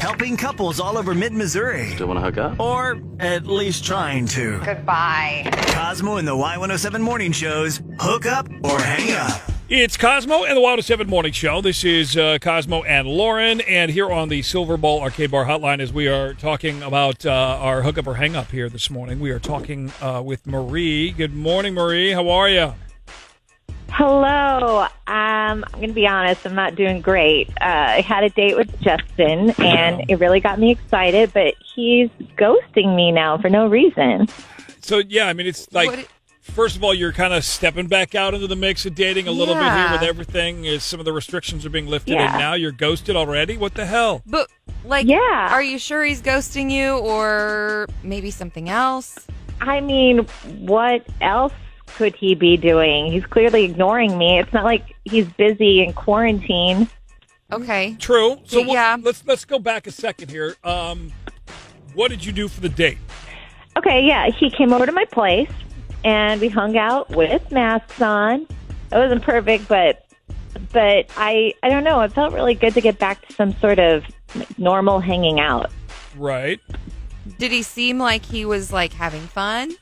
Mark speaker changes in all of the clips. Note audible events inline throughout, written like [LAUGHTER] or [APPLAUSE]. Speaker 1: helping couples all over mid Missouri.
Speaker 2: Still want to hook up?
Speaker 1: Or at least trying to.
Speaker 3: Goodbye.
Speaker 1: Cosmo and the Y107 morning shows hook up or hang up.
Speaker 4: It's Cosmo and the Wild 7 Morning Show. This is uh, Cosmo and Lauren, and here on the Silver Bowl Arcade Bar Hotline, as we are talking about uh, our hookup or hang up here this morning, we are talking uh, with Marie. Good morning, Marie. How are you?
Speaker 5: Hello. Um, I'm going to be honest. I'm not doing great. Uh, I had a date with Justin, and it really got me excited. But he's ghosting me now for no reason.
Speaker 4: So, yeah, I mean, it's like,
Speaker 3: What it-
Speaker 4: first of all, you're kind of stepping back out into the mix of dating a little bit here
Speaker 3: Yeah.
Speaker 4: with everything. Is some of the restrictions are being lifted,
Speaker 5: Yeah.
Speaker 4: and now you're ghosted already? What the hell?
Speaker 3: But like,
Speaker 5: Yeah.
Speaker 3: Are you sure he's ghosting you, or maybe something else?
Speaker 5: I mean, what else could he be doing? He's clearly ignoring me. It's not like he's busy in quarantine.
Speaker 3: Okay.
Speaker 4: True. So what-
Speaker 3: Yeah.
Speaker 4: let's let's go back a second here. Um, what did you do for the date?
Speaker 5: Okay, yeah, he came over to my place, and we hung out with masks on. It wasn't perfect, but but I I don't know. It felt really good to get back to some sort of like, normal hanging out.
Speaker 4: Right.
Speaker 3: Did he seem like he was like having fun?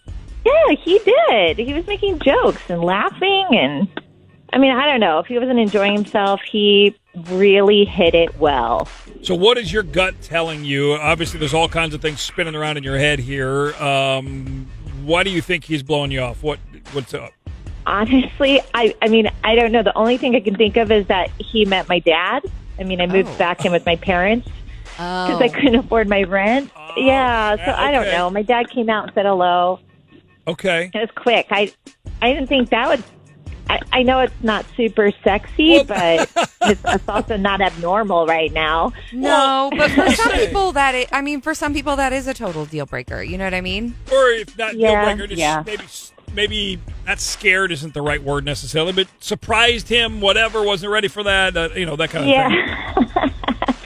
Speaker 5: Yeah, he did. He was making jokes and laughing and I mean, I don't know. If he wasn't enjoying himself, he really hit it well.
Speaker 4: So what is your gut telling you? Obviously, there's all kinds of things spinning around in your head here. Um, why do you think he's blowing you off? What what's up?
Speaker 5: Honestly, I I mean, I don't know. The only thing I can think of is that he met my dad. I mean, I moved
Speaker 3: Oh.
Speaker 5: back in with my parents because
Speaker 3: Oh.
Speaker 5: I couldn't afford my rent.
Speaker 4: Oh,
Speaker 5: yeah, so
Speaker 4: yeah,
Speaker 5: I don't
Speaker 4: okay.
Speaker 5: know. My dad came out and said hello.
Speaker 4: Okay.
Speaker 5: It was quick. I I didn't think that would. I, I know it's not super sexy, but
Speaker 4: [LAUGHS]
Speaker 5: it's, it's also not abnormal right now.
Speaker 3: no, but for
Speaker 5: [LAUGHS]
Speaker 3: some
Speaker 4: Hey.
Speaker 3: people that i I mean, for some people that is a total deal breaker. You know what I mean?
Speaker 4: Or if not
Speaker 5: Yeah,
Speaker 4: deal breaker, just
Speaker 5: yeah.
Speaker 4: maybe maybe not scared isn't the right word necessarily, but surprised him. Whatever wasn't ready for that. Uh, you know that kind of thing.
Speaker 5: Yeah,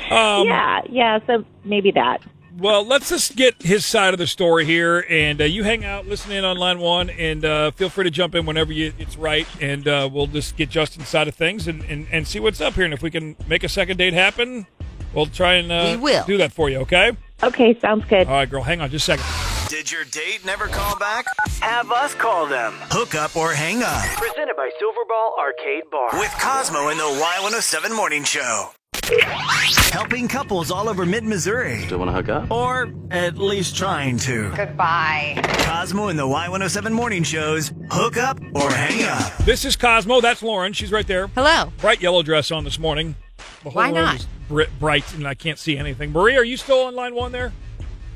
Speaker 5: [LAUGHS]
Speaker 4: Um,
Speaker 5: yeah, yeah. So maybe that.
Speaker 4: Well, let's just get his side of the story here, and uh, you hang out, listen in on line one, and uh, feel free to jump in whenever you, it's right, and uh, we'll just get Justin's side of things and, and, and see what's up here, and if we can make a second date happen, we'll try and uh,
Speaker 3: We will.
Speaker 4: do that for you. Okay?
Speaker 5: Okay, sounds good.
Speaker 4: All right, girl, hang on just a second.
Speaker 1: Did your date never call back? Have us call them. Hook up or hang up
Speaker 6: Presented by Silverball Arcade Bar.
Speaker 1: with Cosmo and the Y107 morning show. Helping couples all over mid Missouri.
Speaker 2: Still want to hook up?
Speaker 1: Or at least trying to.
Speaker 3: Goodbye.
Speaker 1: Cosmo and the Y107 morning shows hook up or hang up.
Speaker 4: This is Cosmo. That's Lauren. She's right there.
Speaker 3: Hello.
Speaker 4: Bright yellow dress on this morning. The whole
Speaker 3: Why
Speaker 4: room
Speaker 3: not?
Speaker 4: is bri- bright, and I can't see anything. Marie, are you still on line one there?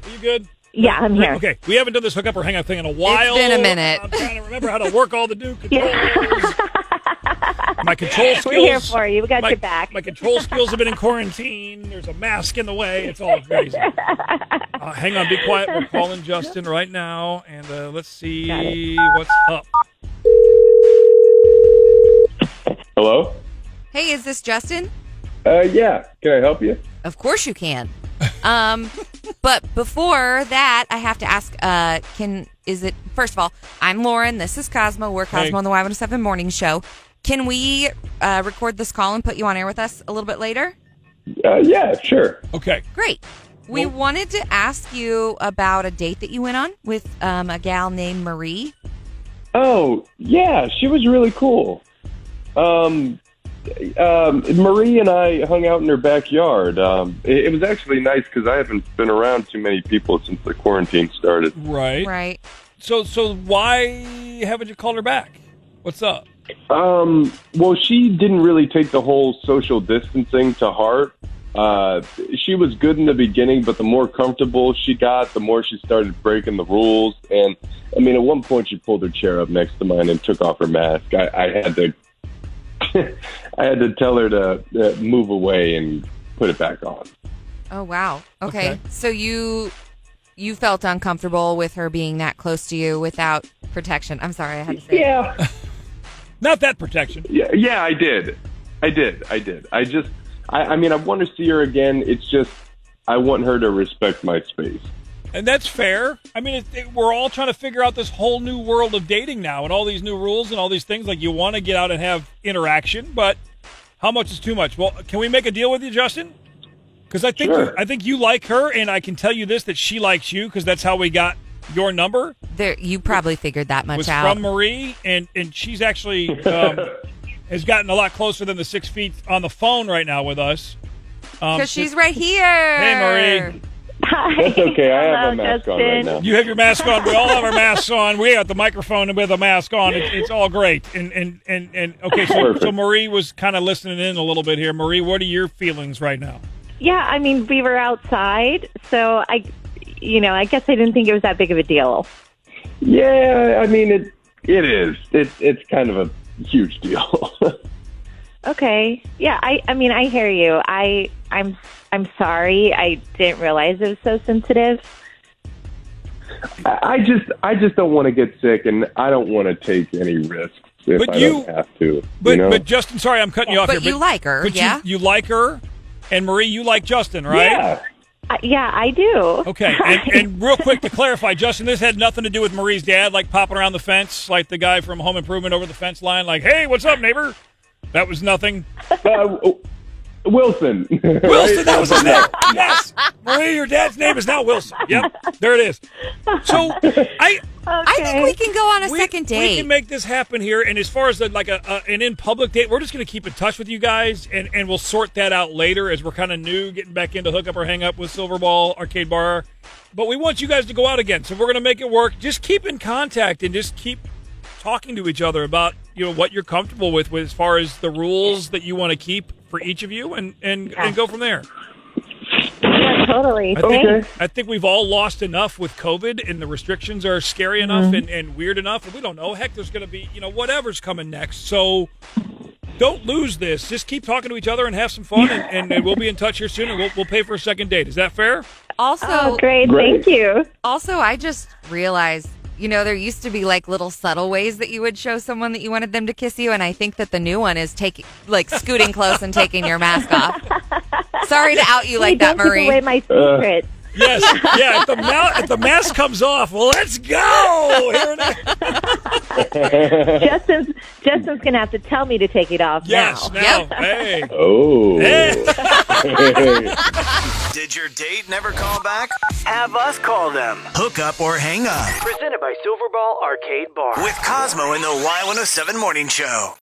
Speaker 4: Are you good?
Speaker 5: Yeah, I'm here.
Speaker 4: Okay, we haven't done this hookup or hangout thing in a while.
Speaker 3: been a minute.
Speaker 4: I'm trying to remember how to work all the
Speaker 5: [LAUGHS]
Speaker 4: new controls. my control skills.
Speaker 5: We're here for you. We got
Speaker 4: my,
Speaker 5: your back.
Speaker 4: My control skills have been in quarantine. There's a mask in the way. It's all
Speaker 5: [LAUGHS]
Speaker 4: crazy. Uh, hang on, be quiet. We're calling Justin right now, and uh, let's
Speaker 5: Got
Speaker 4: see
Speaker 5: it.
Speaker 4: what's up.
Speaker 7: Hello?
Speaker 3: Hey, is this Justin?
Speaker 7: Uh, yeah. Can I help you?
Speaker 3: Of course you can. Um, but before that, I have to ask. Uh, can is it first of all? I'm Lauren. This is Cosmo. We're Cosmo
Speaker 4: Hey.
Speaker 3: on the Y107 Morning Show. Can we uh, record this call and put you on air with us a little bit later?
Speaker 7: Uh, yeah, sure.
Speaker 4: Okay.
Speaker 3: Great. We
Speaker 4: Well-
Speaker 3: wanted to ask you about a date that you went on with um, a gal named Marie.
Speaker 7: Oh, yeah. She was really cool. Um, um, Marie and I hung out in her backyard. Um, it, it was actually nice because I haven't been around too many people since the quarantine started.
Speaker 4: Right.
Speaker 3: Right.
Speaker 4: So, so why haven't you called her back? What's up?
Speaker 7: Um, well, she didn't really take the whole social distancing to heart. Uh, she was good in the beginning, but the more comfortable she got, the more she started breaking the rules. And I mean, at one point, she pulled her chair up next to mine and took off her mask. I, I had to, I had to [LAUGHS] tell her to uh, move away and put it back on.
Speaker 3: Oh wow. Okay.
Speaker 4: Okay.
Speaker 3: So you you felt uncomfortable with her being that close to you without protection. I'm sorry, I had to say. it.
Speaker 7: Yeah,
Speaker 4: Not that protection.
Speaker 7: Yeah, yeah, I did. I did. I did. I just, I, I mean, I want to see her again. It's just, I want her to respect my space.
Speaker 4: And that's fair. I mean, it, it, we're all trying to figure out this whole new world of dating now and all these new rules and all these things. Like, you want to get out and have interaction, but how much is too much? Well, can we make a deal with you, Justin? Because I think
Speaker 7: Sure.
Speaker 4: I think you like her, and I can tell you this that she likes you because that's how we got your number
Speaker 3: There, you probably figured that much
Speaker 4: was
Speaker 3: out.
Speaker 4: from Marie, and and she's actually um, has gotten a lot closer than the six feet on the phone right now with us. Um,
Speaker 3: Because she's right here.
Speaker 4: Hey, Marie.
Speaker 5: Hi.
Speaker 7: That's okay. I have
Speaker 5: Hello,
Speaker 7: a mask on
Speaker 5: Justin.
Speaker 7: right now.
Speaker 4: You have your mask on. We all have our masks on. We got the microphone and with a mask on. It's, it's all great. And and and and okay. So,
Speaker 7: Perfect.
Speaker 4: so Marie was kind of listening in a little bit here. Marie, what are your feelings right now?
Speaker 5: Yeah, I mean, we were outside, so I, you know, I guess I didn't think it was that big of a deal.
Speaker 7: Yeah, I mean it. It is. It, it's kind of a huge deal. [LAUGHS]
Speaker 5: Okay. Yeah, I, I mean, I hear you. I, I'm, I'm sorry. I didn't realize it was so sensitive.
Speaker 7: I I just, I just don't want to get sick, and I don't want to take any risks if
Speaker 4: But
Speaker 7: I
Speaker 4: you-
Speaker 7: don't have to.
Speaker 4: But
Speaker 7: you know?
Speaker 4: but Justin, sorry, I'm cutting you off
Speaker 3: But
Speaker 4: here.
Speaker 3: you like her,
Speaker 4: but you-
Speaker 3: yeah?
Speaker 4: You, like her, and Marie, you like Justin, right?
Speaker 7: yeah,
Speaker 5: Uh, yeah, I do.
Speaker 4: Okay, and, and real quick to clarify, Justin, this had nothing to do with Marie's dad, like popping around the fence, like the guy from Home Improvement over the fence line, like, "Hey, what's up, neighbor?" That was nothing.
Speaker 7: uh, Wilson. [LAUGHS]
Speaker 4: Wilson, that was his name. Yes, Marie, your dad's name is now Wilson. Yep, there it is. So I
Speaker 3: I think we can go on a
Speaker 4: we,
Speaker 3: second
Speaker 4: we
Speaker 3: date.
Speaker 4: can make this happen here. And as far as the, like a, a an in public date, we're just going to keep in touch with you guys, and and we'll sort that out later as we're kind of new, getting back into hookup or hang up with Silverball Arcade Bar. But we want you guys to go out again, so we're going to make it work. Just keep in contact and just keep talking to each other about you know what you're comfortable with, with as far as the rules that you want to keep for each of you, and and, and go from there.
Speaker 5: Yeah, totally.
Speaker 4: I think,
Speaker 5: Thanks.
Speaker 4: I think we've all lost enough with COVID, and the restrictions are scary enough and, and weird enough. And we don't know. Heck, there's going to be, you know, whatever's coming next. So don't lose this. Just keep talking to each other and have some fun, and, and, we'll be in touch here soon, and we'll, we'll pay for a second date. Is that fair?
Speaker 3: also,
Speaker 5: Oh, great.
Speaker 7: Great.
Speaker 5: Thank you.
Speaker 3: also, I just realized, you know, there used to be like little subtle ways that you would show someone that you wanted them to kiss you, and I think that the new one is taking, like, scooting close and taking your mask
Speaker 5: [LAUGHS]
Speaker 3: off. Sorry to out you
Speaker 5: Hey,
Speaker 3: like that,
Speaker 5: don't
Speaker 3: Marie.
Speaker 5: give away my secret.
Speaker 4: Yes. [LAUGHS] yeah. If the, ma- if the mask comes off, well, let's go. Here it is.
Speaker 5: Justin's Justin's gonna have to tell me to take it off
Speaker 4: Yes.
Speaker 5: now.
Speaker 4: Now. Hey.
Speaker 7: Oh.
Speaker 4: [LAUGHS] Hey.
Speaker 1: Did your date never call back?
Speaker 6: Have us call them.
Speaker 1: Hook up or hang up
Speaker 6: Presented by Silverball Arcade Bar.
Speaker 1: with Cosmo in the Y107 Morning Show.